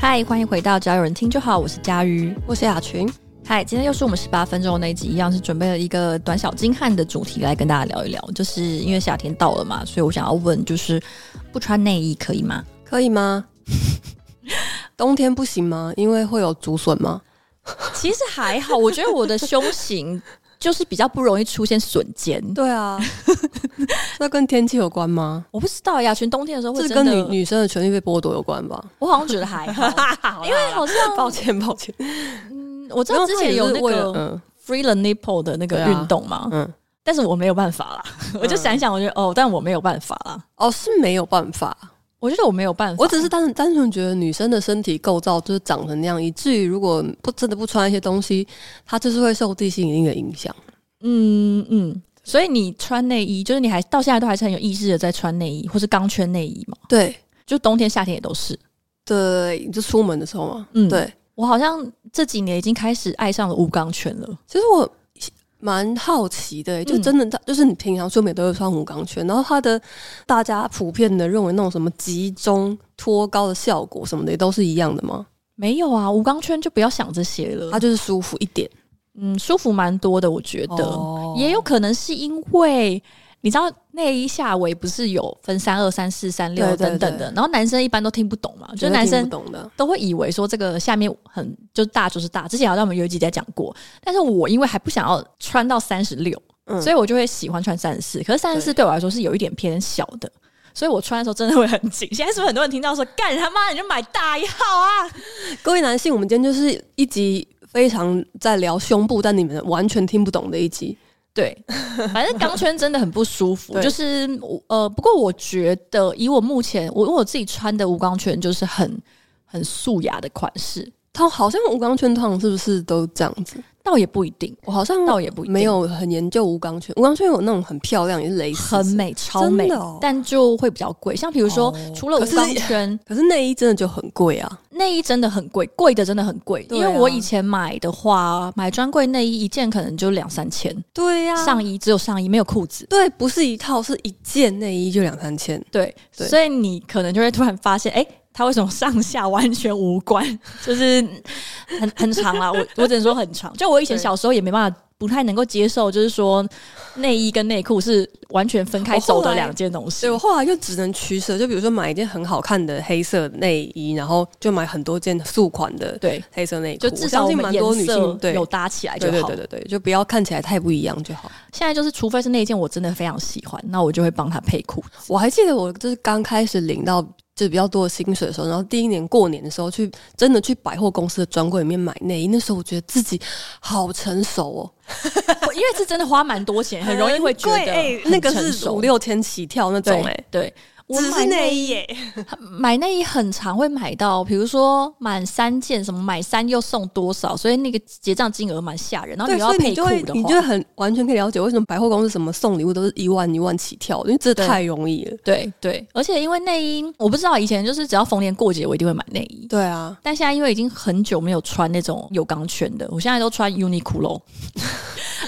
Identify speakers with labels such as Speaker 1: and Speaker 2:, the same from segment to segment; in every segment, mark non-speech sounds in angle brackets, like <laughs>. Speaker 1: 嗨，欢迎回到只要有人听就好，我是佳瑜。
Speaker 2: 我是雅群，
Speaker 1: 嗨，今天又是我们十八分钟的那一集，一样是准备了一个短小精悍的主题来跟大家聊一聊，就是因为夏天到了嘛，所以我想要问，就是不穿内衣可以吗？
Speaker 2: 可以吗？ <laughs> 冬天不行吗？因为会有竹笋吗？
Speaker 1: <laughs> 其实还好，我觉得我的胸型就是比较不容易出现损尖。
Speaker 2: 对 <laughs> 啊，这跟天气有关吗？
Speaker 1: 我不知道呀，全冬天的时候会
Speaker 2: 这
Speaker 1: 真
Speaker 2: 跟
Speaker 1: 的，
Speaker 2: 女女生的权利被剥夺有关吧？
Speaker 1: 我好像觉得还 <laughs>
Speaker 2: <laughs>
Speaker 1: 好，因为好像嗯
Speaker 2: 抱歉，抱歉，
Speaker 1: 我知道之前有那
Speaker 2: 因为它也是为了
Speaker 1: 个
Speaker 2: 嗯
Speaker 1: free the nipple 的那个
Speaker 2: 对啊
Speaker 1: 运动嘛，
Speaker 2: 嗯，
Speaker 1: 但是我没有办法啦，我就想一想，我觉得哦，但我没有办法啦，
Speaker 2: 哦，是没有办法，
Speaker 1: 我觉得我没有办法，
Speaker 2: 我只是单单纯觉得女生的身体构造就是长成那样，以至于如果不真的不穿一些东西，它就是会受地心引力的影响。
Speaker 1: 嗯嗯，所以你穿内衣，就是你还到现在都还是很有意识的在穿内衣，或是钢圈内衣嘛，
Speaker 2: 对
Speaker 1: 就冬天夏天也都是。
Speaker 2: 对，就出门的时候嘛，
Speaker 1: 嗯
Speaker 2: 对。
Speaker 1: 我好像这几年已经开始爱上了无钢圈了，
Speaker 2: 其实我蛮好奇的、
Speaker 1: 嗯
Speaker 2: 就真的它，就是你平常出门都会穿无钢圈，然后它的大家普遍的认为那种什么集中托高的效果什么的，也都是一样的吗？
Speaker 1: 没有啊，无钢圈就不要想这些了
Speaker 2: 它，就是舒服一点
Speaker 1: 嗯，舒服蛮多的，我觉
Speaker 2: 的，
Speaker 1: 得，也有可能是因为。你知道内衣下围不是有分三二三四三六
Speaker 2: 对对
Speaker 1: 等等的，然后男生一般都听不懂嘛，就是
Speaker 2: 觉得
Speaker 1: 男生
Speaker 2: 听不懂的，
Speaker 1: 都会以为说这个下面很就大就是大，之前好像我们有一集在讲过，但是我因为还不想要穿到三十六，
Speaker 2: 嗯
Speaker 1: 所以我就会喜欢穿三十四。可是三十四
Speaker 2: 对
Speaker 1: 对我来说是有一点偏小的，所以我穿的时候真的会很紧。现在是不是很多人听到说干他妈你就买大
Speaker 2: <laughs>
Speaker 1: 一号啊？
Speaker 2: 各位男性，我们今天就是一集非常在聊胸部，但你们完全听不懂的一集。
Speaker 1: 对，反正钢圈真的很不舒服，
Speaker 2: <laughs> 对
Speaker 1: 就是我呃，不过我觉得以我目前我因为我自己穿的无钢圈就是很很素雅的款式，
Speaker 2: 它好像无钢圈通常是不是都这样子？
Speaker 1: 倒也不一定，
Speaker 2: 我好像
Speaker 1: 倒也不一定
Speaker 2: 嗯没有很研究无钢圈，无钢圈有那种很漂亮，也是蕾丝，
Speaker 1: 很美，超美，
Speaker 2: 真的哦
Speaker 1: 但就会比较贵。像比如说，
Speaker 2: 哦
Speaker 1: 除了无
Speaker 2: 可是 <laughs>
Speaker 1: 钢圈，
Speaker 2: 可是内衣真的就很贵啊。
Speaker 1: 内衣真的很贵，贵的真的很贵。
Speaker 2: 对
Speaker 1: 因
Speaker 2: 啊
Speaker 1: 为我以前买的话，买专柜内衣一件可能就两三千，
Speaker 2: 对啊呀
Speaker 1: 上衣只有上衣没有裤子。
Speaker 2: 对，不是一套，是一件内衣就两三千。
Speaker 1: 对，
Speaker 2: 对
Speaker 1: 所以你可能就会突然发现，哎、它为什么上下完全无关？ <laughs> 就是很很长啦，我我只能说很长。就我以前
Speaker 2: 对
Speaker 1: 小时候也没办法，不太能够接受，就是说内衣跟内裤是完全分开
Speaker 2: 我哦后
Speaker 1: 走的
Speaker 2: 来
Speaker 1: 两件东西
Speaker 2: 所以。我后来就只能取舍，就比如说买一件很好看的黑色内衣，然后就买很多件素款的
Speaker 1: 对，
Speaker 2: 黑色内裤。
Speaker 1: 就至少
Speaker 2: 我
Speaker 1: 我
Speaker 2: 相信
Speaker 1: 们
Speaker 2: 蛮多女
Speaker 1: 颜色
Speaker 2: 性对
Speaker 1: 有搭起来就
Speaker 2: 对
Speaker 1: 好。
Speaker 2: 对对对对，就不要看起来太不一样就好。
Speaker 1: 现在就是，除非是那一件我真的非常喜欢，那我就会帮他配
Speaker 2: <laughs>
Speaker 1: 裤。
Speaker 2: 我还记得我就是刚开始领到就比较多的薪水的时候，然后第一年过年的时候去真的去百货公司的专柜里面买内衣，那时候我觉得自己好成熟哦，
Speaker 1: 因为是真的花蛮多钱，很容易会觉
Speaker 2: 很
Speaker 1: 得
Speaker 2: 贵哎
Speaker 1: 很
Speaker 2: 那个
Speaker 1: 成
Speaker 2: 是
Speaker 1: 熟
Speaker 2: 五六千起跳那种
Speaker 1: 对
Speaker 2: 哎、
Speaker 1: 对。我
Speaker 2: 只
Speaker 1: 买
Speaker 2: 是内
Speaker 1: 内
Speaker 2: 衣耶、
Speaker 1: 买内衣很常会买到，比如说满三件，什么买三又送多少，所以那个结账金额蛮吓人。然后
Speaker 2: 对，
Speaker 1: 你又要
Speaker 2: 所以
Speaker 1: 配
Speaker 2: 你
Speaker 1: 裤
Speaker 2: 就会
Speaker 1: 的
Speaker 2: 你就
Speaker 1: 话
Speaker 2: 会，很完全可以了解为什么百货公司什么送礼物都是一万一万起跳，因为这
Speaker 1: 对
Speaker 2: 太容易了。
Speaker 1: 对对，而且因为内衣，我不知道以前就是只要逢年过节我一定会买内衣，
Speaker 2: 对啊，
Speaker 1: 但现在因为已经很久没有穿那种有钢圈的，我现在都穿 Uniqlo。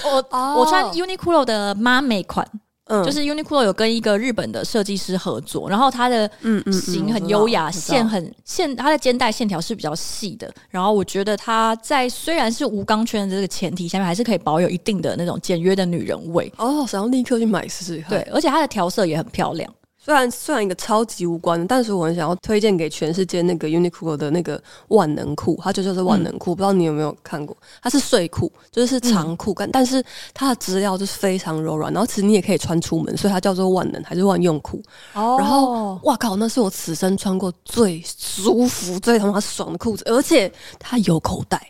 Speaker 1: 我、
Speaker 2: 哦
Speaker 1: 我穿 Uniqlo 的妈美款，
Speaker 2: 嗯
Speaker 1: 就是 Uniqlo 有跟一个日本的设计师合作，然后它的
Speaker 2: 嗯嗯
Speaker 1: 型很优雅，线
Speaker 2: 很
Speaker 1: 很线，它的肩带线条是比较细的。然后我觉得它在虽然是无钢圈的这个前提下面，还是可以保有一定的那种简约的女人味。
Speaker 2: 哦，想要立刻去买试试看。
Speaker 1: 对，，而且它的调色也很漂亮。
Speaker 2: 虽然虽然一个超级无关的，但是我很想要推荐给全世界那个 Uniqlo 的那个万能裤，它就叫做万能裤，不知道你有没有看过？它是睡裤，就是是长裤，但、但是它的质料就是非常柔软，然后其实你也可以穿出门，所以它叫做万能还是万用裤。
Speaker 1: 哦
Speaker 2: 然后，哇靠，那是我此生穿过最舒服、最他妈爽的裤子，而且它有口袋，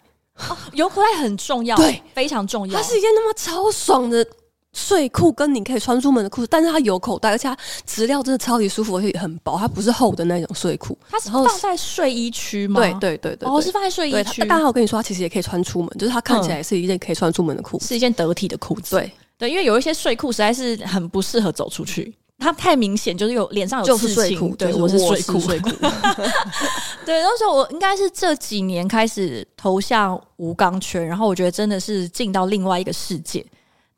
Speaker 1: 有口袋很重要，
Speaker 2: 对，
Speaker 1: 非常重要。
Speaker 2: 它是一件他妈超爽的睡裤，跟你可以穿出门的裤子，但是它有口袋，而且它质料真的超级舒服，而且很薄，它不是厚的那种睡裤。
Speaker 1: 它是
Speaker 2: 然后
Speaker 1: 放在睡衣区吗？
Speaker 2: 对对对对
Speaker 1: 哦，
Speaker 2: 对
Speaker 1: 是放嗯在睡衣
Speaker 2: 对，它
Speaker 1: 区，
Speaker 2: 但我跟你说，它其实也可以穿出门，就是它看起来是一件可以穿出门的裤子。
Speaker 1: 是一件得体的裤子。
Speaker 2: 对，
Speaker 1: 对，因为有一些睡裤实在是很不适合走出去，它太明显，就是有脸上有
Speaker 2: 就是
Speaker 1: 哦刺
Speaker 2: 睡
Speaker 1: 青
Speaker 2: 裤
Speaker 1: 对，
Speaker 2: 就是
Speaker 1: 我是
Speaker 2: 我
Speaker 1: 睡
Speaker 2: 是
Speaker 1: 裤，
Speaker 2: 睡
Speaker 1: 裤。 <laughs> 对，那时候我应该是这几年开始投向无钢圈，然后我觉得真的是进到另外一个世界。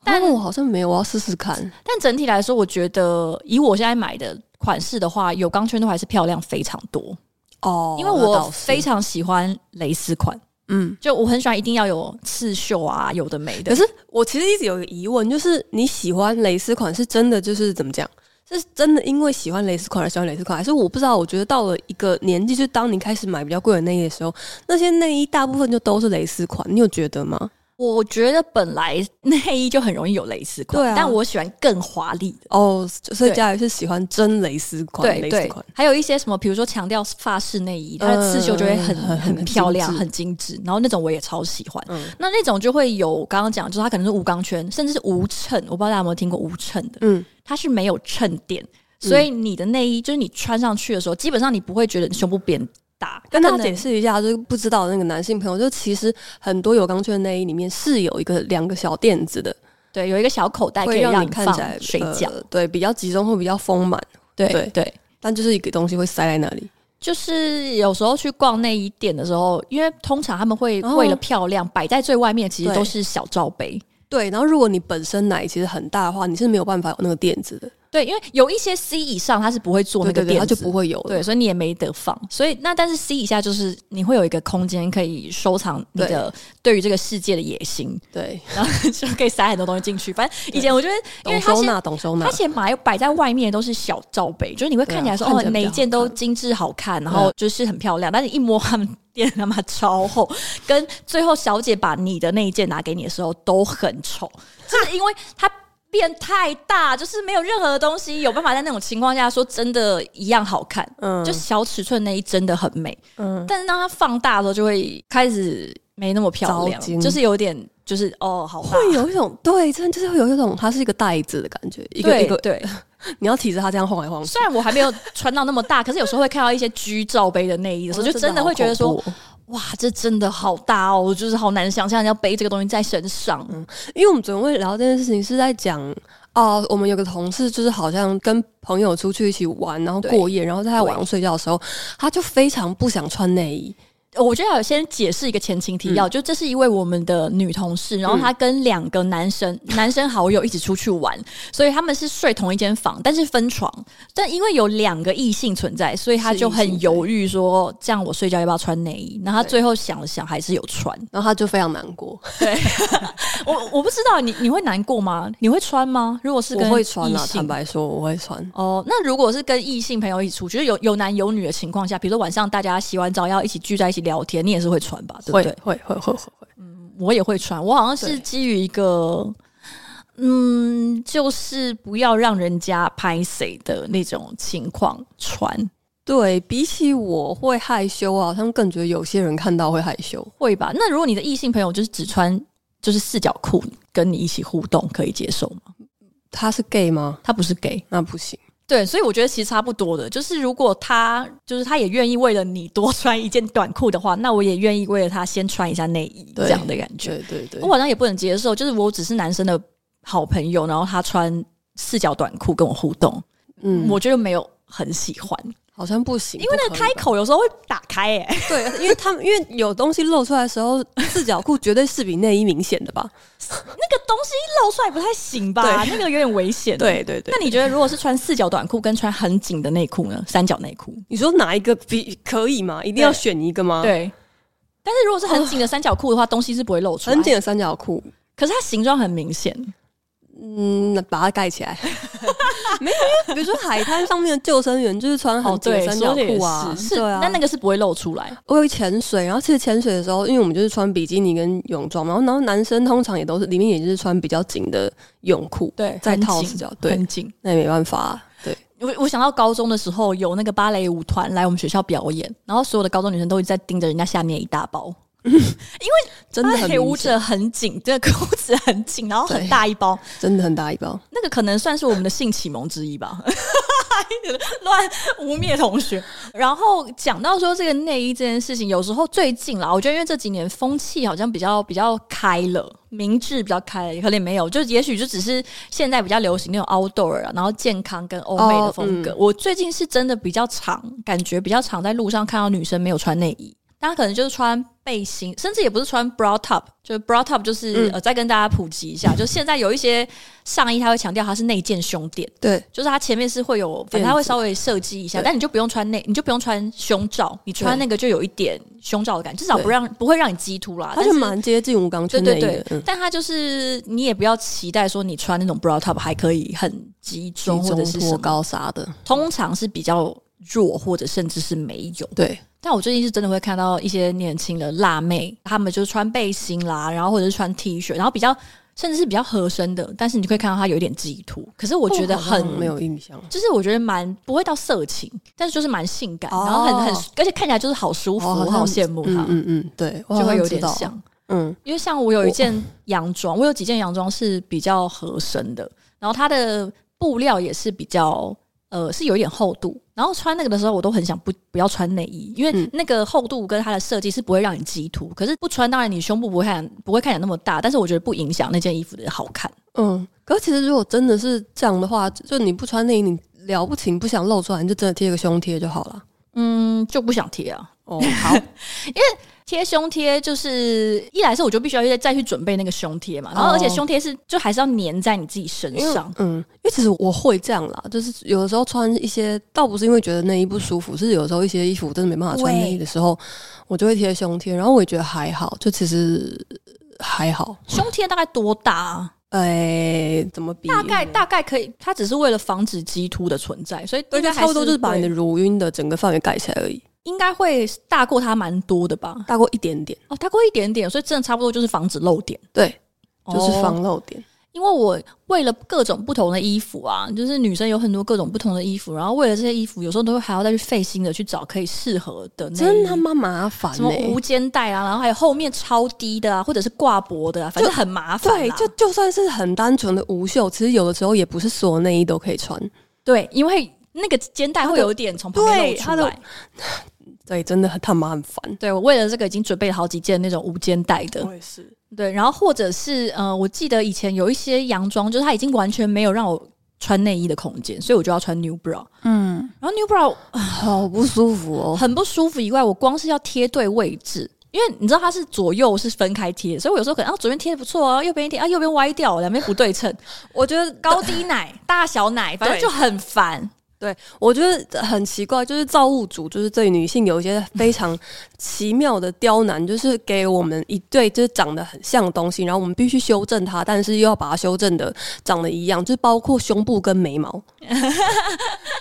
Speaker 1: 但
Speaker 2: 但哦我好像没有，我要试试看。
Speaker 1: 但整体来说，我觉得以我现在买的款式的话，有钢圈都还是漂亮非常多。
Speaker 2: 哦，
Speaker 1: 因为
Speaker 2: 那
Speaker 1: 我
Speaker 2: 倒是
Speaker 1: 非常喜欢蕾丝款，
Speaker 2: 嗯。
Speaker 1: 就我很喜欢一定要有刺绣啊，有的没的。
Speaker 2: 可是我其实一直有一个疑问，就是你喜欢蕾丝款是真的就是怎么讲？是真的因为喜欢蕾丝款而喜欢蕾丝款，还是我不知道？我觉得到了一个年纪，就是当你开始买比较贵的内衣的时候，那些内衣大部分就都是蕾丝款，你有觉得吗？
Speaker 1: 我觉得本来内衣就很容易有蕾丝款，
Speaker 2: 对啊
Speaker 1: 但我喜欢更华丽的。
Speaker 2: 哦，所以
Speaker 1: 对
Speaker 2: 佳瑜是喜欢真蕾丝款，
Speaker 1: 对
Speaker 2: 蕾丝
Speaker 1: 对
Speaker 2: 款，
Speaker 1: 还有一些什么，比如说强调法式内衣，它的刺绣就会很、
Speaker 2: 嗯很
Speaker 1: 很
Speaker 2: 很
Speaker 1: 漂亮、
Speaker 2: 精致
Speaker 1: 很精致，然后那种我也超喜欢。
Speaker 2: 嗯
Speaker 1: 那那种就会有刚刚讲，就是它可能是无钢圈，甚至是无衬，我不知道大家有没有听过无衬的，
Speaker 2: 嗯，
Speaker 1: 它是没有衬垫，所以你的内衣就是你穿上去的时候，基本上你不会觉得你胸部变大。
Speaker 2: 跟
Speaker 1: 它
Speaker 2: 大
Speaker 1: 可能
Speaker 2: 家解释一下，就是不知道的那个男性朋友，就其实很多有钢圈的内衣里面是有一个两个小垫子的，
Speaker 1: 对，有一个小口袋可
Speaker 2: 会
Speaker 1: 以
Speaker 2: 让你
Speaker 1: 你
Speaker 2: 看
Speaker 1: 放
Speaker 2: 起来
Speaker 1: 水饺。
Speaker 2: 呃对，比较集中会比较丰满，
Speaker 1: 对
Speaker 2: 对
Speaker 1: 对，
Speaker 2: 但就是一个东西会塞在那里。
Speaker 1: 就是有时候去逛内衣店的时候，因为通常他们会
Speaker 2: 哦
Speaker 1: 为了漂亮摆在最外面，其实
Speaker 2: 对
Speaker 1: 都是小罩杯。
Speaker 2: 对，然后如果你本身奶其实很大的话，你是没有办法有那个垫子的，
Speaker 1: 对，因为有一些 C 以上它是不会做那
Speaker 2: 对
Speaker 1: 个
Speaker 2: 对对，
Speaker 1: 垫
Speaker 2: 它
Speaker 1: 子
Speaker 2: 就
Speaker 1: 的，
Speaker 2: 不会有了。
Speaker 1: 对，所以你也没得放。所以那但是 C 以下就是你会有一个空间可以收藏你的对于这个世界的野心， <laughs>
Speaker 2: 对，
Speaker 1: 然后就可以塞很多东西进去。反正以前我觉得，因为
Speaker 2: 懂
Speaker 1: 它
Speaker 2: 收
Speaker 1: 现
Speaker 2: 纳，懂收纳
Speaker 1: 它。且买摆在外面都是小罩杯，就是你会看起来说、
Speaker 2: 对啊
Speaker 1: 哦
Speaker 2: 看起来比较
Speaker 1: 每一件都精致好看，然后就是很漂亮，但是一摸他们店他妈超厚，跟最后小姐把你的那一件拿给你的时候都很丑，就是因为它。变太大，就是没有任何东西有办法在那种情况下说真的一样好看。
Speaker 2: 嗯
Speaker 1: 就小尺寸内衣真的很美，
Speaker 2: 嗯，
Speaker 1: 但是当它放大的时候，就会开始没那么漂亮
Speaker 2: 糟心，
Speaker 1: 就是有点就是哦，好大，
Speaker 2: 会有一种对，真的就是会有一种它是一个袋子的感觉，一个
Speaker 1: 对
Speaker 2: 一个，
Speaker 1: 对，
Speaker 2: 你要提着它这样晃来晃去。
Speaker 1: 虽然我还没有穿到那么大，可是有时候会看到一些 G 罩杯的内衣的时候，就真的会觉得
Speaker 2: 好
Speaker 1: 说，
Speaker 2: 恐怖哦，
Speaker 1: 哇，这真的好大哦，我就是好难想象要背这个东西在身上。
Speaker 2: 因为我们昨天会聊这件事情是在讲哦、我们有个同事就是好像跟朋友出去一起玩，然后
Speaker 1: 对
Speaker 2: 过夜，然后在他晚上睡觉的时候，他就非常不想穿内衣，
Speaker 1: 呃我觉得要先解释一个前情提
Speaker 2: 嗯
Speaker 1: 要，就这是一位我们的女同事，然后她跟两个男生、男生好友一起出去玩，所以他们是睡同一间房，但是分床。但因为有两个异性存在，所以她
Speaker 2: 是
Speaker 1: 就
Speaker 2: 异性
Speaker 1: 很犹豫说，这样我睡觉要不要穿内衣？然后她最后想了想，还是有穿。
Speaker 2: 然后他就非常难过。
Speaker 1: 我我不知道你你会难过吗？你会穿吗？如果是
Speaker 2: 我
Speaker 1: 跟
Speaker 2: 会穿
Speaker 1: 异
Speaker 2: 啊，
Speaker 1: 性
Speaker 2: 坦白说我会穿。
Speaker 1: 哦，那如果是跟异性朋友一起出去，就是有有男有女的情况下，比如说晚上大家洗完澡要一起聚在一起聊天，你也是会穿吧？对不
Speaker 2: 会
Speaker 1: 对？
Speaker 2: 会会会会会，
Speaker 1: 我也会穿，我好像是
Speaker 2: 对
Speaker 1: 基于一个，嗯，就是不要让人家拍谁的那种情况穿，
Speaker 2: 对比起我会害羞啊，好像更觉得有些人看到会害羞。
Speaker 1: 会吧？那如果你的异性朋友就是只穿就是四角裤跟你一起互动，可以接受吗？
Speaker 2: 他是 gay 吗？
Speaker 1: 他不是 gay，
Speaker 2: 那不行。
Speaker 1: 对，所以我觉得其实差不多的，就是如果他就是他也愿意为了你多穿一件短裤的话，那我也愿意为了他先穿一下内衣
Speaker 2: 对
Speaker 1: 这样的感觉。
Speaker 2: 对对对
Speaker 1: 我，好像也不能接受，就是我只是男生的好朋友，然后他穿四角短裤跟我互动，
Speaker 2: 嗯，
Speaker 1: 我
Speaker 2: 我
Speaker 1: 就没有很喜欢，
Speaker 2: 好像不行，
Speaker 1: 因为那
Speaker 2: 不
Speaker 1: 个
Speaker 2: 可以
Speaker 1: 开口有时候会打开、欸， <laughs>
Speaker 2: 对，因为他们因为有东西露出来的时候，四角裤绝对是比内衣明显的吧？
Speaker 1: 那个东西露出来不太行吧？那个有点危险。。
Speaker 2: <laughs> 对对对
Speaker 1: 那，你觉得，如果是穿四角短裤跟穿很紧的内裤呢？三角内裤，
Speaker 2: 你说哪一个比可以吗？一定要
Speaker 1: 对
Speaker 2: 选一个吗？，
Speaker 1: 对。但是如果是很紧的三角裤的话，东西是不会露出来。
Speaker 2: 很紧的三角裤，
Speaker 1: 可是它形状很明显，
Speaker 2: 嗯，把它盖起来。 <laughs> 没有，因为比如说海滩上面的救生员就是穿很紧的
Speaker 1: 哦对，
Speaker 2: 三角
Speaker 1: 说的也
Speaker 2: 裤啊，
Speaker 1: 是，是，
Speaker 2: 对啊，
Speaker 1: 那那个是不会露出来，
Speaker 2: 我有潜水，然后其实潜水的时候，因为我们就是穿比基尼跟泳装嘛，然后然后男生通常也都是里面也就是穿比较紧的泳裤，
Speaker 1: 对，
Speaker 2: 再
Speaker 1: 很
Speaker 2: 套
Speaker 1: 紧
Speaker 2: 死角，对，
Speaker 1: 很紧。
Speaker 2: 那也没办法啊、对，
Speaker 1: 我我想到高中的时候有那个芭蕾舞团来我们学校表演，然后所有的高中女生都一直在盯着人家下面一大包，
Speaker 2: 真的
Speaker 1: 芭
Speaker 2: 很
Speaker 1: 蕾舞
Speaker 2: 明显，
Speaker 1: 者很紧，这个裤子很紧，然后很大一包，
Speaker 2: 真的很大一包。
Speaker 1: 那个可能算是我们的性启蒙之一吧。 <laughs> 乱污蔑同学，然后讲到说这个内衣这件事情，有时候最近啦，我觉得因为这几年风气好像比较比较开了，明智比较开了，可能也没有，就也许就只是现在比较流行那种 outdoor 啊，然后健康跟欧美的风格。
Speaker 2: 哦
Speaker 1: 我最近是真的比较常感觉比较常在路上看到女生没有穿内衣，大家可能就是穿背心，甚至也不是穿 bra top，就是 bra top 就是、
Speaker 2: 嗯
Speaker 1: 呃，再跟大家普及一下，就现在有一些上衣它会强调它是内建胸垫，
Speaker 2: 对，
Speaker 1: 就是它前面是会有，反正
Speaker 2: 垫子
Speaker 1: 它会稍微设计一下，
Speaker 2: 对
Speaker 1: 但你就不用穿内，你就不用穿胸罩，你穿
Speaker 2: 对
Speaker 1: 那个就有一点胸罩的感觉，至少
Speaker 2: 对
Speaker 1: 不让不会让你激突啦。
Speaker 2: 它
Speaker 1: 但
Speaker 2: 就
Speaker 1: 是
Speaker 2: 啊蛮接近无钢
Speaker 1: 对
Speaker 2: 圈
Speaker 1: 对
Speaker 2: 内衣
Speaker 1: 对
Speaker 2: 的，，嗯，
Speaker 1: 但它就是你也不要期待说你穿那种 bra top 还可以很集中
Speaker 2: 集
Speaker 1: 或者
Speaker 2: 中
Speaker 1: 是什
Speaker 2: 托
Speaker 1: 么，
Speaker 2: 高啥的，
Speaker 1: 通常是比较弱或者甚至是没有。
Speaker 2: 对，
Speaker 1: 但我最近是真的会看到一些年轻的辣妹，她们就是穿背心啦，然后或者是穿 T 恤，然后比较甚至是比较合身的，但是你会看到她有一点激突。可是我觉得
Speaker 2: 哦好像
Speaker 1: 很
Speaker 2: 没有印象，
Speaker 1: 就是我觉得蛮不会到色情，但是就是蛮性感，
Speaker 2: 哦
Speaker 1: 然后很很，而且看起来就是好舒服，
Speaker 2: 哦好
Speaker 1: 我
Speaker 2: 像
Speaker 1: 好羡慕
Speaker 2: 嗯
Speaker 1: 她，
Speaker 2: 嗯嗯，对，我好
Speaker 1: 就会
Speaker 2: 像
Speaker 1: 有
Speaker 2: 知
Speaker 1: 点
Speaker 2: 道，
Speaker 1: 像。
Speaker 2: 嗯，
Speaker 1: 因为像我有一件洋装，我有几件洋装是比较合身的，然后它的布料也是比较呃是有一点厚度，然后穿那个的时候我都很想不不要穿内衣，因为
Speaker 2: 嗯
Speaker 1: 那个厚度跟它的设计是不会让你激突，可是不穿当然你胸部不会看不会看起来那么大，但是我觉得不影响那件衣服的好看。
Speaker 2: 嗯，可是其实如果真的是这样的话，就你不穿内衣，你了不起你不想露出来，你就真的贴个胸贴就好了。
Speaker 1: 嗯，就不想贴啊。
Speaker 2: 哦，好，
Speaker 1: 贴胸贴就是一来是我就必须要再去准备那个胸贴嘛，然后
Speaker 2: 哦
Speaker 1: 而且胸贴是就还是要粘在你自己身
Speaker 2: 因为
Speaker 1: 上，
Speaker 2: 嗯，因为其实我会这样啦，就是有的时候穿一些，倒不是因为觉得内衣不舒服，是有时候一些衣服真的没办法穿
Speaker 1: 对
Speaker 2: 内衣的时候，我就会贴胸贴，然后我也觉得还好，就其实还好。
Speaker 1: 胸贴大概多大、啊？
Speaker 2: 哎，怎么比？
Speaker 1: 大概大概可以，它只是为了防止激突的存在，所以
Speaker 2: 对，
Speaker 1: 应该
Speaker 2: 就
Speaker 1: 还
Speaker 2: 差不多就是把你的
Speaker 1: 会
Speaker 2: 乳晕的整个范围盖起来而已，
Speaker 1: 应该会大过它蛮多的吧？
Speaker 2: 大过一点点，
Speaker 1: 哦，大过一点点，所以真的差不多就是防止漏点，
Speaker 2: 对，就是
Speaker 1: 哦
Speaker 2: 防漏点。
Speaker 1: 因为我为了各种不同的衣服啊，就是女生有很多各种不同的衣服，然后为了这些衣服，有时候都会还要再去费心的去找可以适合的内衣，
Speaker 2: 真他妈麻烦、欸，
Speaker 1: 什么无肩带啊，然后还有后面超低的啊，或者是挂脖的啊，反正很麻烦
Speaker 2: 对，
Speaker 1: 啦。
Speaker 2: 就就算是很单纯的无袖，其实有的时候也不是所有内衣都可以穿。
Speaker 1: 对，因为那个肩带会有点从旁边
Speaker 2: 对
Speaker 1: 露出
Speaker 2: 它的
Speaker 1: 来。
Speaker 2: 对，真的很他妈很烦。
Speaker 1: 对我为了这个已经准备了好几件那种无肩带的，
Speaker 2: 也是，
Speaker 1: 对，然后或者是呃，我记得以前有一些洋装，就是它已经完全没有让我穿内衣的空间，所以我就要穿 new bra。
Speaker 2: 嗯，
Speaker 1: 然后 new bra
Speaker 2: 好不舒服哦。
Speaker 1: 很不舒服以外，我光是要贴对位置，因为你知道它是左右是分开贴的，所以我有时候可能啊左边贴的不错啊，右边一贴啊右边歪掉，两边不对称，
Speaker 2: 我觉得
Speaker 1: 高低奶、大小奶，反正
Speaker 2: 对
Speaker 1: 就很烦。
Speaker 2: 对，我觉得很奇怪，就是造物主就是对女性有一些非常奇妙的刁难，就是给我们一对就是长得很像的东西，然后我们必须修正它，但是又要把它修正的长得一样，就是包括胸部跟
Speaker 1: <laughs>
Speaker 2: 眉毛。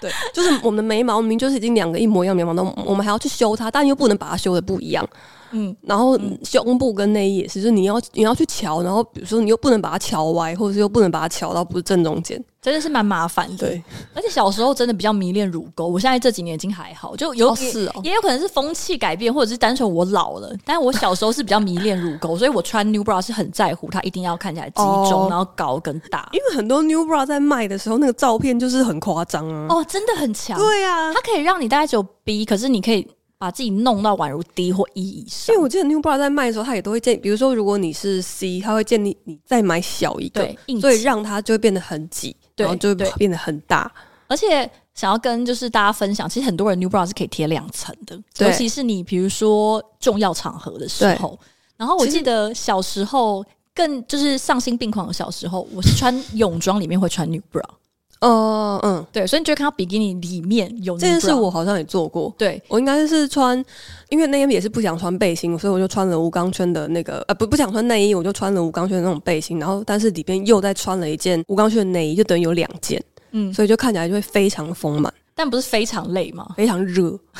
Speaker 2: 对，就是我们的眉毛明明就是已经两个一模一样的眉毛，那我们还要去修它，但又不能把它修的不一样。
Speaker 1: 嗯，
Speaker 2: 然后胸部跟内衣也是，就是你要你要去瞧，然后比如说你又不能把它瞧歪，或者是又不能把它瞧到不是正中间。
Speaker 1: 真的是蛮麻烦的。，而且小时候真的比较迷恋乳沟，我现在这几年已经还好，就有、
Speaker 2: 哦是哦
Speaker 1: 也有可能是风气改变，或者是单纯我老了。但是我小时候是比较迷恋乳沟，所以我穿 New Bra 是很在乎它一定要看起来集中，
Speaker 2: 哦
Speaker 1: 然后高跟大。
Speaker 2: 因为很多 New Bra 在卖的时候，那个照片就是很夸张啊。
Speaker 1: 哦，真的很强，
Speaker 2: 对啊，
Speaker 1: 它可以让你大概只有 B，可是你可以把自己弄到宛如 D 或 E 以
Speaker 2: 因
Speaker 1: 上
Speaker 2: 为。我记得 New Bra 在卖的时候，它也都会建，比如说如果你是 C，它会建议你再买小一个
Speaker 1: 对，硬
Speaker 2: 所以
Speaker 1: 挤
Speaker 2: 让它就会变得很挤，
Speaker 1: 对
Speaker 2: 然后就
Speaker 1: 对
Speaker 2: 会变得很大。
Speaker 1: 而且想要跟就是大家分享，其实很多人 new bra 是可以贴两层的，
Speaker 2: 对
Speaker 1: 尤其是你比如说重要场合的时候。然后我记得小时候更就是丧心病狂的小时候，我是穿泳装里面会穿 new bra，
Speaker 2: 哦、嗯，
Speaker 1: 对，所以你就会看到比基尼里面有 new bra,
Speaker 2: 这件事我好像也做过。
Speaker 1: 对
Speaker 2: 我应该是穿，因为那天也是不想穿背心，所以我就穿了无钢圈的那个，呃，不不想穿内衣，我就穿了无钢圈的那种背心，然后但是里边又再穿了一件无钢圈的内衣，就等于有两件，
Speaker 1: 嗯，
Speaker 2: 所以就看起来就会非常丰满，
Speaker 1: 但不是非常累吗？
Speaker 2: 非常热， <laughs>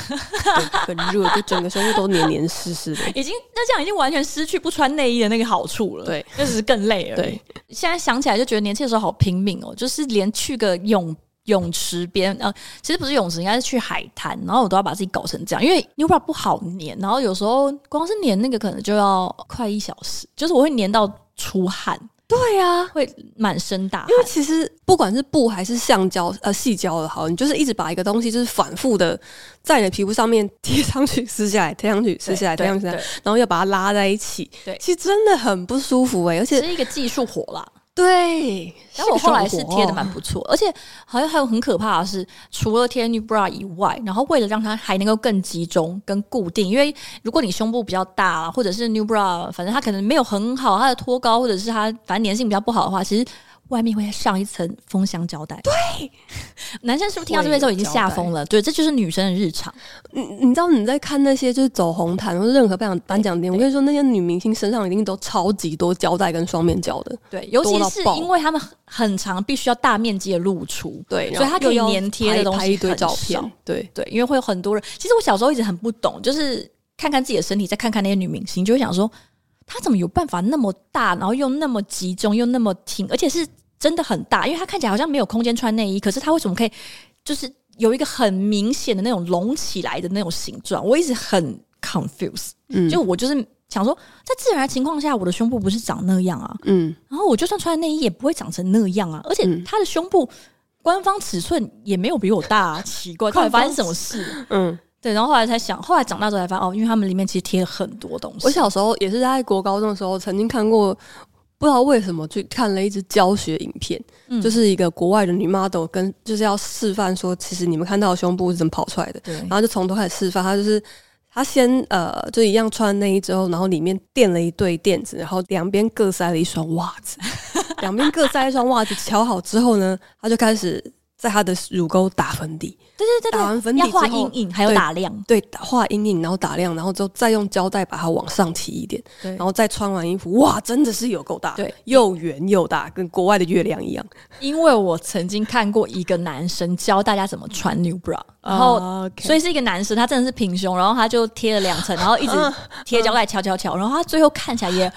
Speaker 2: 对很热，就整个胸部都黏黏湿湿的。
Speaker 1: 已经那这样已经完全失去不穿内衣的那个好处了，
Speaker 2: 对，
Speaker 1: 那只是更累而已。
Speaker 2: 对，
Speaker 1: 现在想起来就觉得年轻的时候好拼命哦，就是连去个泳泳池边，呃，其实不是泳池，应该是去海滩，然后我都要把自己搞成这样，因为 New Bra 不好粘，然后有时候光是粘那个可能就要快一小时，就是我会粘到出汗，
Speaker 2: 对呀、啊。
Speaker 1: 会满身大汗
Speaker 2: 因为。其实不管是布还是橡胶呃细胶的好，你就是一直把一个东西就是反复的在你的皮肤上面 <laughs> 贴上去、撕下来、贴上去、撕下来、贴
Speaker 1: 对
Speaker 2: 上去，
Speaker 1: 对
Speaker 2: 然后要把它拉在一起。
Speaker 1: 对
Speaker 2: 其实真的很不舒服哎、而且
Speaker 1: 对，是一个技术活啦。
Speaker 2: 对，
Speaker 1: 但我后来是贴的
Speaker 2: 蛮。
Speaker 1: 蛮不错，而且好像还有很可怕的是，除了贴 new bra 以外，然后为了让它还能够更集中跟固定，因为如果你胸部比较大，啊或者是 new bra，反正它可能没有很好，它的托高或者是它反正粘性比较不好的话，其实外面会再上一层封箱胶带。对， <laughs> 男生是不是听到这边之后已经吓疯了？对，这就是女生的日常。
Speaker 2: 你嗯你知道你在看那些就是走红毯或者任何颁奖颁奖典礼，我跟你说那些女明星身上一定都超级多胶带跟双面胶的，
Speaker 1: 对，尤其
Speaker 2: 多到
Speaker 1: 是
Speaker 2: 爆
Speaker 1: 因为他们很很长，必须要大面积的露出。
Speaker 2: 对，
Speaker 1: 所以它可以
Speaker 2: 然后又要
Speaker 1: 粘贴的
Speaker 2: 拍
Speaker 1: 东西
Speaker 2: 拍一堆
Speaker 1: 很
Speaker 2: 照
Speaker 1: 少
Speaker 2: 片，对，
Speaker 1: 对，因为会有很多人。其实我小时候一直很不懂，就是看看自己的身体，再看看那些女明星，就会想说，她怎么有办法那么大，然后又那么集中，又那么挺，而且是真的很大，因为她看起来好像没有空间穿内衣，可是她为什么可以就是有一个很明显的那种隆起来的那种形状？我一直很 confused，、
Speaker 2: 嗯，
Speaker 1: 就我就是想说，在自然的情况下，我的胸部不是长那样啊，
Speaker 2: 嗯，
Speaker 1: 然后我就算穿内衣也不会长成那样啊，而且
Speaker 2: 嗯
Speaker 1: 她的胸部。官方尺寸也没有比我大、啊，奇怪，到底发生什么事？啊
Speaker 2: 嗯，
Speaker 1: 对，然后后来才想，后来长大之后才发现哦，因为他们里面其实贴了很多东西。
Speaker 2: 我小时候也是在国高中的时候曾经看过，不知道为什么去看了一支教学影片，
Speaker 1: 嗯
Speaker 2: 就是一个国外的女 model 跟就是要示范说，其实你们看到的胸部是怎么跑出来的，
Speaker 1: 对，
Speaker 2: 然后就从头开始示范，她就是。她先呃，就一样穿内衣之后，然后里面垫了一对垫子，然后两边各塞了一双袜
Speaker 1: <laughs>
Speaker 2: 子，两边各塞一双袜子，瞧好之后呢，她就开始在她的乳沟打粉底，
Speaker 1: 对对对
Speaker 2: 打
Speaker 1: 对，
Speaker 2: 完粉底
Speaker 1: 要
Speaker 2: 之后
Speaker 1: 画阴影，还有
Speaker 2: 对
Speaker 1: 打亮，
Speaker 2: 对，打画阴影，然后打亮，然后之后再用胶带把它往上提一点，
Speaker 1: 对
Speaker 2: 然后再穿完衣服，哇，真的是有够大，
Speaker 1: 对，
Speaker 2: 又圆又大，跟国外的月亮一样。
Speaker 1: 因为我曾经看过一个男生教大家怎么穿 new bra，然后、所
Speaker 2: 以
Speaker 1: 以是一个男生，他真的是平胸，然后他就贴了两层，然后 <laughs> 一直贴胶带敲敲敲，然后他最后看起来也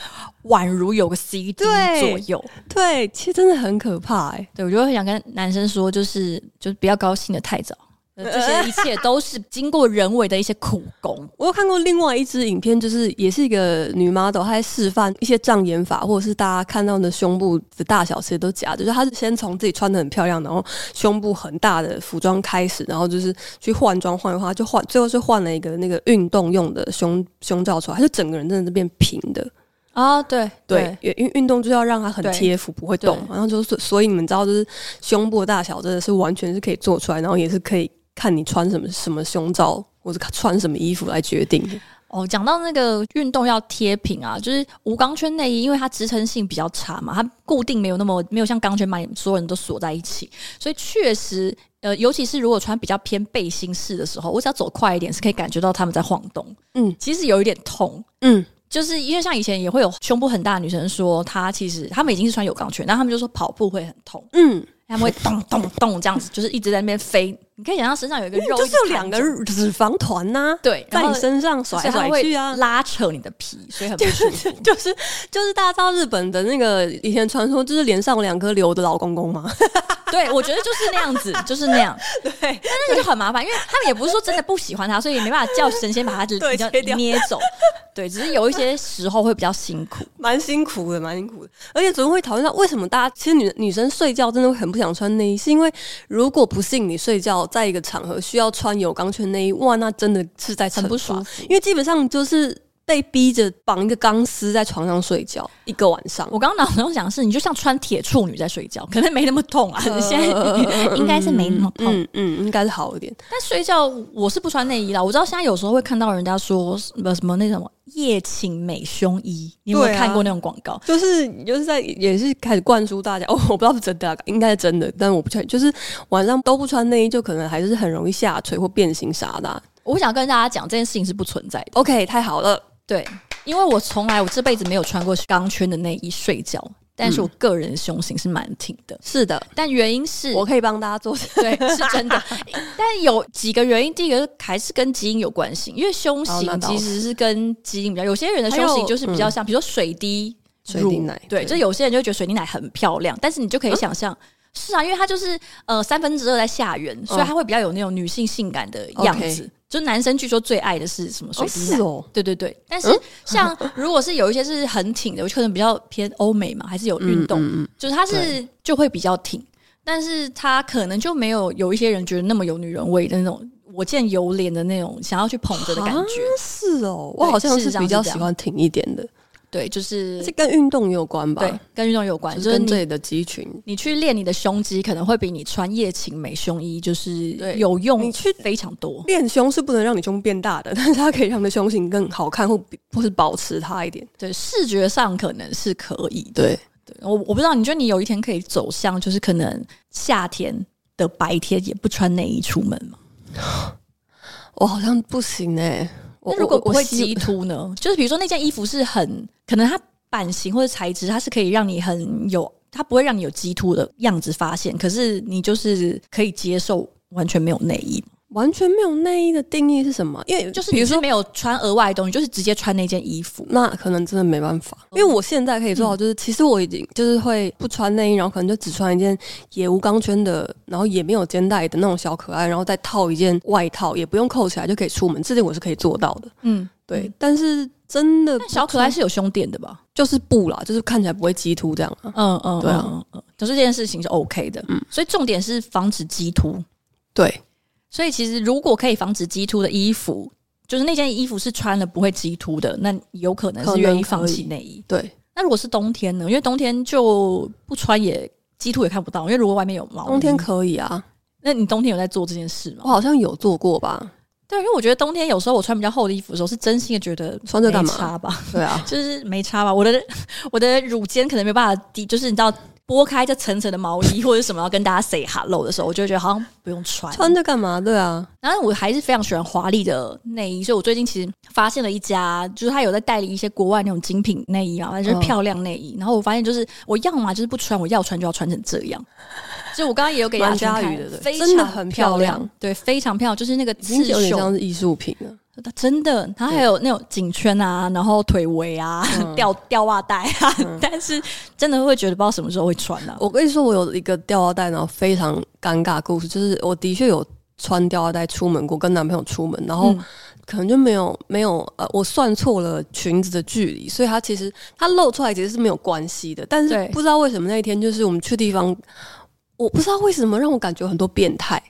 Speaker 1: 宛如有个 CD
Speaker 2: 对
Speaker 1: 左右。
Speaker 2: 对，其实真的很可怕哎、
Speaker 1: 对，我就会想跟男生说，就是就是不要高兴的太早，呃这 <laughs> 些一切都是经过人为的一些苦工。
Speaker 2: 我有看过另外一支影片，就是也是一个女 model，她在示范一些障眼法，或者是大家看到的胸部的大小，其实都假的。就是她是先从自己穿的很漂亮，然后胸部很大的服装开始，然后就是去换装换一换，就换最后是换了一个那个运动用的胸胸罩出来，她就整个人真的是变平的。
Speaker 1: 啊，对
Speaker 2: 对，因为运运动就是要让它很
Speaker 1: 对
Speaker 2: 贴服，不会动嘛。然后就是，所以你们知道，就是胸部的大小真的是完全是可以做出来，然后也是可以看你穿什么什么胸罩或者穿什么衣服来决定的。
Speaker 1: 哦，讲到那个运动要贴平啊，就是无钢圈内衣，因为它支撑性比较差嘛，它固定没有那么没有像钢圈把你所有人都锁在一起，所以确实，呃，尤其是如果穿比较偏背心式的时候，我只要走快一点，是可以感觉到他们在晃动，
Speaker 2: 嗯
Speaker 1: 其实有一点痛。
Speaker 2: 嗯，
Speaker 1: 就是因为像以前也会有胸部很大的女生说，她其实她们已经是穿有钢圈，然后她们就说跑步会很痛，
Speaker 2: 嗯，
Speaker 1: 她们会咚咚咚这样子，就是一直在那边飞。你可以想象身上有一个肉，
Speaker 2: 就是有两个脂肪团呐、
Speaker 1: 对，然
Speaker 2: 在
Speaker 1: 后
Speaker 2: 你身上甩
Speaker 1: 所
Speaker 2: 来
Speaker 1: 以它
Speaker 2: 甩
Speaker 1: 会
Speaker 2: 去啊。 <laughs>
Speaker 1: 拉扯你的皮，所以很不舒服。
Speaker 2: 就是就是大家知道日本的那个以前传说，就是脸上有两颗瘤的老公公嘛。
Speaker 1: <laughs> 对，我觉得就是那样子，就是那样。
Speaker 2: <laughs> 对，
Speaker 1: 但那个就很麻烦，因为他们也不是说真的不喜欢他，所以没办法叫神仙把他
Speaker 2: 对
Speaker 1: 叫
Speaker 2: 切掉
Speaker 1: 捏走。对，只是有一些时候会比较辛苦。
Speaker 2: <laughs> 蛮辛苦的，蛮辛苦的。而且昨天会讨论到为什么大家其实女女生睡觉真的会很不想穿内衣，是因为如果不幸你睡觉在一个场合需要穿有钢圈内衣，哇，那真的是在
Speaker 1: 很不舒
Speaker 2: 服，因为基本上就是被逼着绑一个钢丝在床上睡觉一个晚上。
Speaker 1: 我刚刚脑中想的是，你就像穿铁处女在睡觉，可能没那么痛啊。现在应该是没那么痛，
Speaker 2: 嗯嗯，应该是好一点。
Speaker 1: 但睡觉我是不穿内衣啦。我知道现在有时候会看到人家说呃什么那什么夜请美胸衣，你有没
Speaker 2: 对
Speaker 1: 有
Speaker 2: 啊
Speaker 1: 看过那种广告？
Speaker 2: 就是就是在也是开始灌输大家 <laughs> 哦，我不知道是真的、啊，应该是真的，但我不确定。就是晚上都不穿内衣，就可能还是很容易下垂或变形啥的啊、
Speaker 1: 我想跟大家讲，这件事情是不存在的。
Speaker 2: OK，太好了，
Speaker 1: 对，因为我从来我这辈子没有穿过钢圈的内衣睡觉，但
Speaker 2: 嗯
Speaker 1: 是我个人胸型是蛮挺的，
Speaker 2: 是的，
Speaker 1: 但原因是
Speaker 2: 我可以帮大家做
Speaker 1: 对是真的， <laughs> 但有几个原因，第一个是还是跟基因有关系，因为胸
Speaker 2: 哦那
Speaker 1: 型
Speaker 2: 倒
Speaker 1: 其实是跟基因比较，有些人的胸
Speaker 2: 还
Speaker 1: 型
Speaker 2: 有嗯
Speaker 1: 就是比较像，比如说水滴
Speaker 2: 水
Speaker 1: 乳
Speaker 2: 滴奶
Speaker 1: 对，
Speaker 2: 对嗯
Speaker 1: 就有些人就会觉得水滴奶很漂亮，但是你就可以想象。是啊，因为它就是呃三分之二在下缘，所
Speaker 2: 嗯
Speaker 1: 以它会比较有那种女性性感的样子。就男生据说最爱的是什么水滴奶，
Speaker 2: 哦，
Speaker 1: 对对对，但是像如果是有一些是很挺的，我可能比较偏欧美嘛，还是有运动，
Speaker 2: 嗯
Speaker 1: 就是它是就会比较挺，但是它可能就没有有一些人觉得那么有女人味的那种我见犹怜的那种想要去捧着的感觉。
Speaker 2: 是哦，我好像
Speaker 1: 事实
Speaker 2: 是
Speaker 1: 上
Speaker 2: 比较
Speaker 1: 是这
Speaker 2: 喜
Speaker 1: 样
Speaker 2: 欢挺一点的，
Speaker 1: 对，就是
Speaker 2: 这跟运动有关吧？
Speaker 1: 对，跟运动有关，
Speaker 2: 就
Speaker 1: 就是是
Speaker 2: 跟这
Speaker 1: 你
Speaker 2: 里的肌群。
Speaker 1: 你去练你的胸肌，可能会比你穿夜勤美胸衣就是
Speaker 2: 对
Speaker 1: 有用，
Speaker 2: 你去
Speaker 1: 非常多。
Speaker 2: 练胸是不能让你胸变大的，但是它可以让你的胸型更好看，或比或是保持它一点。
Speaker 1: 对，视觉上可能是可以的。
Speaker 2: 对，
Speaker 1: 我我不知道，你觉得你有一天可以走向，就是可能夏天的白天也不穿内衣出门吗？
Speaker 2: 我好像不行哎、我
Speaker 1: 那如果
Speaker 2: 我
Speaker 1: 不
Speaker 2: 我
Speaker 1: 会
Speaker 2: 希
Speaker 1: 激突呢？就是比如说那件衣服是很可能它版型或者材质，它是可以让你很有，它不会让你有激突的样子发现，可是你就是可以接受完全没有内衣，
Speaker 2: 完全没有内衣的定义是什么？因为
Speaker 1: 就是
Speaker 2: 比
Speaker 1: 你
Speaker 2: 如
Speaker 1: 是
Speaker 2: 说，
Speaker 1: 没有穿额外的东西，就是直接穿那件衣服。
Speaker 2: 那可能真的没办法，因为我现在可以做到，就是、其实我已经就是会不穿内衣，然后可能就只穿一件也无钢圈的，然后也没有肩带的那种小可爱，然后再套一件外套，也不用扣起来就可以出门，这点我是可以做到的。
Speaker 1: 嗯，
Speaker 2: 对，但是真的
Speaker 1: 但小可爱是有胸垫的吧？
Speaker 2: 就是布啦，就是看起来不会激突这样啊。
Speaker 1: 嗯嗯，
Speaker 2: 对啊
Speaker 1: 嗯，嗯嗯可是这件事情是 OK 的，嗯，所以重点是防止激突。
Speaker 2: 对，
Speaker 1: 所以其实如果可以防止激突的衣服，就是那件衣服是穿了不会激突的，那有可能
Speaker 2: 可
Speaker 1: 是
Speaker 2: 能
Speaker 1: 愿意放
Speaker 2: 可以
Speaker 1: 弃内衣。
Speaker 2: 对，
Speaker 1: 那如果是冬天呢？因为冬天就不穿也激突也看不到，因为如果外面有毛衣，
Speaker 2: 冬天可以啊，
Speaker 1: 那你冬天有在做这件事
Speaker 2: 我
Speaker 1: 吗？
Speaker 2: 好像有做过吧？
Speaker 1: 对，因为我觉得冬天有时候我穿比较厚的衣服的时候，是真心的觉得
Speaker 2: 穿这干嘛
Speaker 1: 没差吧， <laughs>
Speaker 2: 对啊，
Speaker 1: 就是没差吧。我的 <laughs> 我的乳尖可能没办法低，就是你知道拨开这层层的毛衣或者什么要跟大家 say hello 的时候，我就会觉得好像不用穿。
Speaker 2: 穿这干嘛？对啊，
Speaker 1: 然后我还是非常喜欢华丽的内衣，所以我最近其实发现了一家，就是他有在代理一些国外那种精品内衣啊，反正就是漂亮内衣。然后我发现就是我要嘛就是不穿，我要穿就要穿成这样。所以我刚刚也有给雅
Speaker 2: 蛮
Speaker 1: 轩
Speaker 2: 佳
Speaker 1: 看
Speaker 2: 瑜的对
Speaker 1: 非
Speaker 2: 真的
Speaker 1: 常
Speaker 2: 很
Speaker 1: 漂
Speaker 2: 漂亮
Speaker 1: 亮，对，非常漂亮，就是那个
Speaker 2: 已经
Speaker 1: 刺
Speaker 2: 有点
Speaker 1: 绣
Speaker 2: 像，是艺术品了。
Speaker 1: 真的，它还有那种颈圈啊，然后腿围啊，吊吊袜带啊，但是真的会觉得不知道什么时候会穿啊。
Speaker 2: 我跟你说，我有一个吊腰带，然后非常尴尬的故事，就是我的确有穿吊腰带出门过，跟男朋友出门，然后
Speaker 1: 嗯
Speaker 2: 可能就没有没有呃，我算错了裙子的距离，所以它其实它露出来其实是没有关系的，但
Speaker 1: 对
Speaker 2: 是不知道为什么那一天就是我们去地方，我不知道为什么让我感觉有很多变态，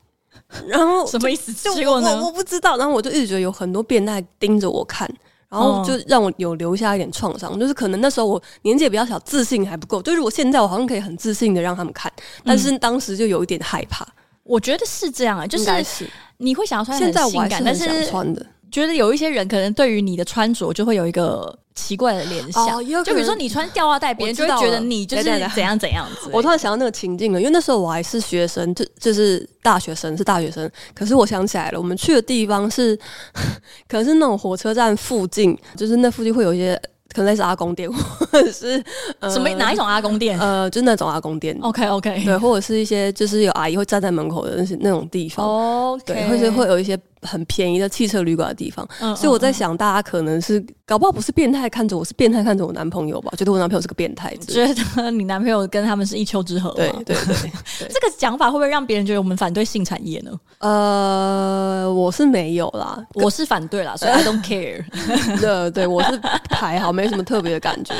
Speaker 2: 然后
Speaker 1: 什么意思？
Speaker 2: 就
Speaker 1: 结果
Speaker 2: 我我
Speaker 1: 呢？
Speaker 2: 我不知道，然后我就一直觉得有很多变态盯着我看，然后
Speaker 1: 嗯
Speaker 2: 就让我有留下一点创伤，就是可能那时候我年纪也比较小，自信还不够，就是我现在我好像可以很自信的让他们看，但是当时就有一点害怕，
Speaker 1: 我觉得是这样嗯啊，就
Speaker 2: 应该
Speaker 1: 是
Speaker 2: 是
Speaker 1: 你会想要穿得
Speaker 2: 现
Speaker 1: 很
Speaker 2: 在我
Speaker 1: 性
Speaker 2: 还
Speaker 1: 感，
Speaker 2: 是
Speaker 1: 但
Speaker 2: 很
Speaker 1: 是
Speaker 2: 想穿的，
Speaker 1: 觉得有一些人可能对于你的穿着就会有一个奇怪的联想，
Speaker 2: 哦也有可能
Speaker 1: 就比如说你穿吊袜带，别人就会
Speaker 2: 我知道
Speaker 1: 觉
Speaker 2: 了
Speaker 1: 得你就是
Speaker 2: 对对对
Speaker 1: 怎样怎样之类的
Speaker 2: 我突然想到那个情境了，因为那时候我还是学生，就就是大学生，是大学生。可是我想起来了，我们去的地方是， <laughs> 可能是那种火车站附近，就是那附近会有一些可能类似阿公店，或者是、呃
Speaker 1: 什么哪一种阿公店
Speaker 2: 呃，就是那种阿公店。
Speaker 1: ？OK OK
Speaker 2: <laughs> 对，或者是一些就是有阿姨会站在门口的那些那种地方，
Speaker 1: 哦 OK，
Speaker 2: 对，或者会有一些很便宜的汽车旅馆的地方。
Speaker 1: 嗯，
Speaker 2: 所以我在
Speaker 1: 嗯
Speaker 2: 想，大家可能是搞不好不是变态看着我，是变态看着我男朋友吧，觉得我男朋友是个变态之类的。
Speaker 1: 觉得你男朋友跟他们是一丘之貉吗，
Speaker 2: 对对对，
Speaker 1: 这个讲法会不会让别人觉得我们反对性产业呢？
Speaker 2: <laughs> 呃，我是没有啦，
Speaker 1: 我是反对啦，所以 I don't care。
Speaker 2: 呃，对我是还好，没什么特别的感觉。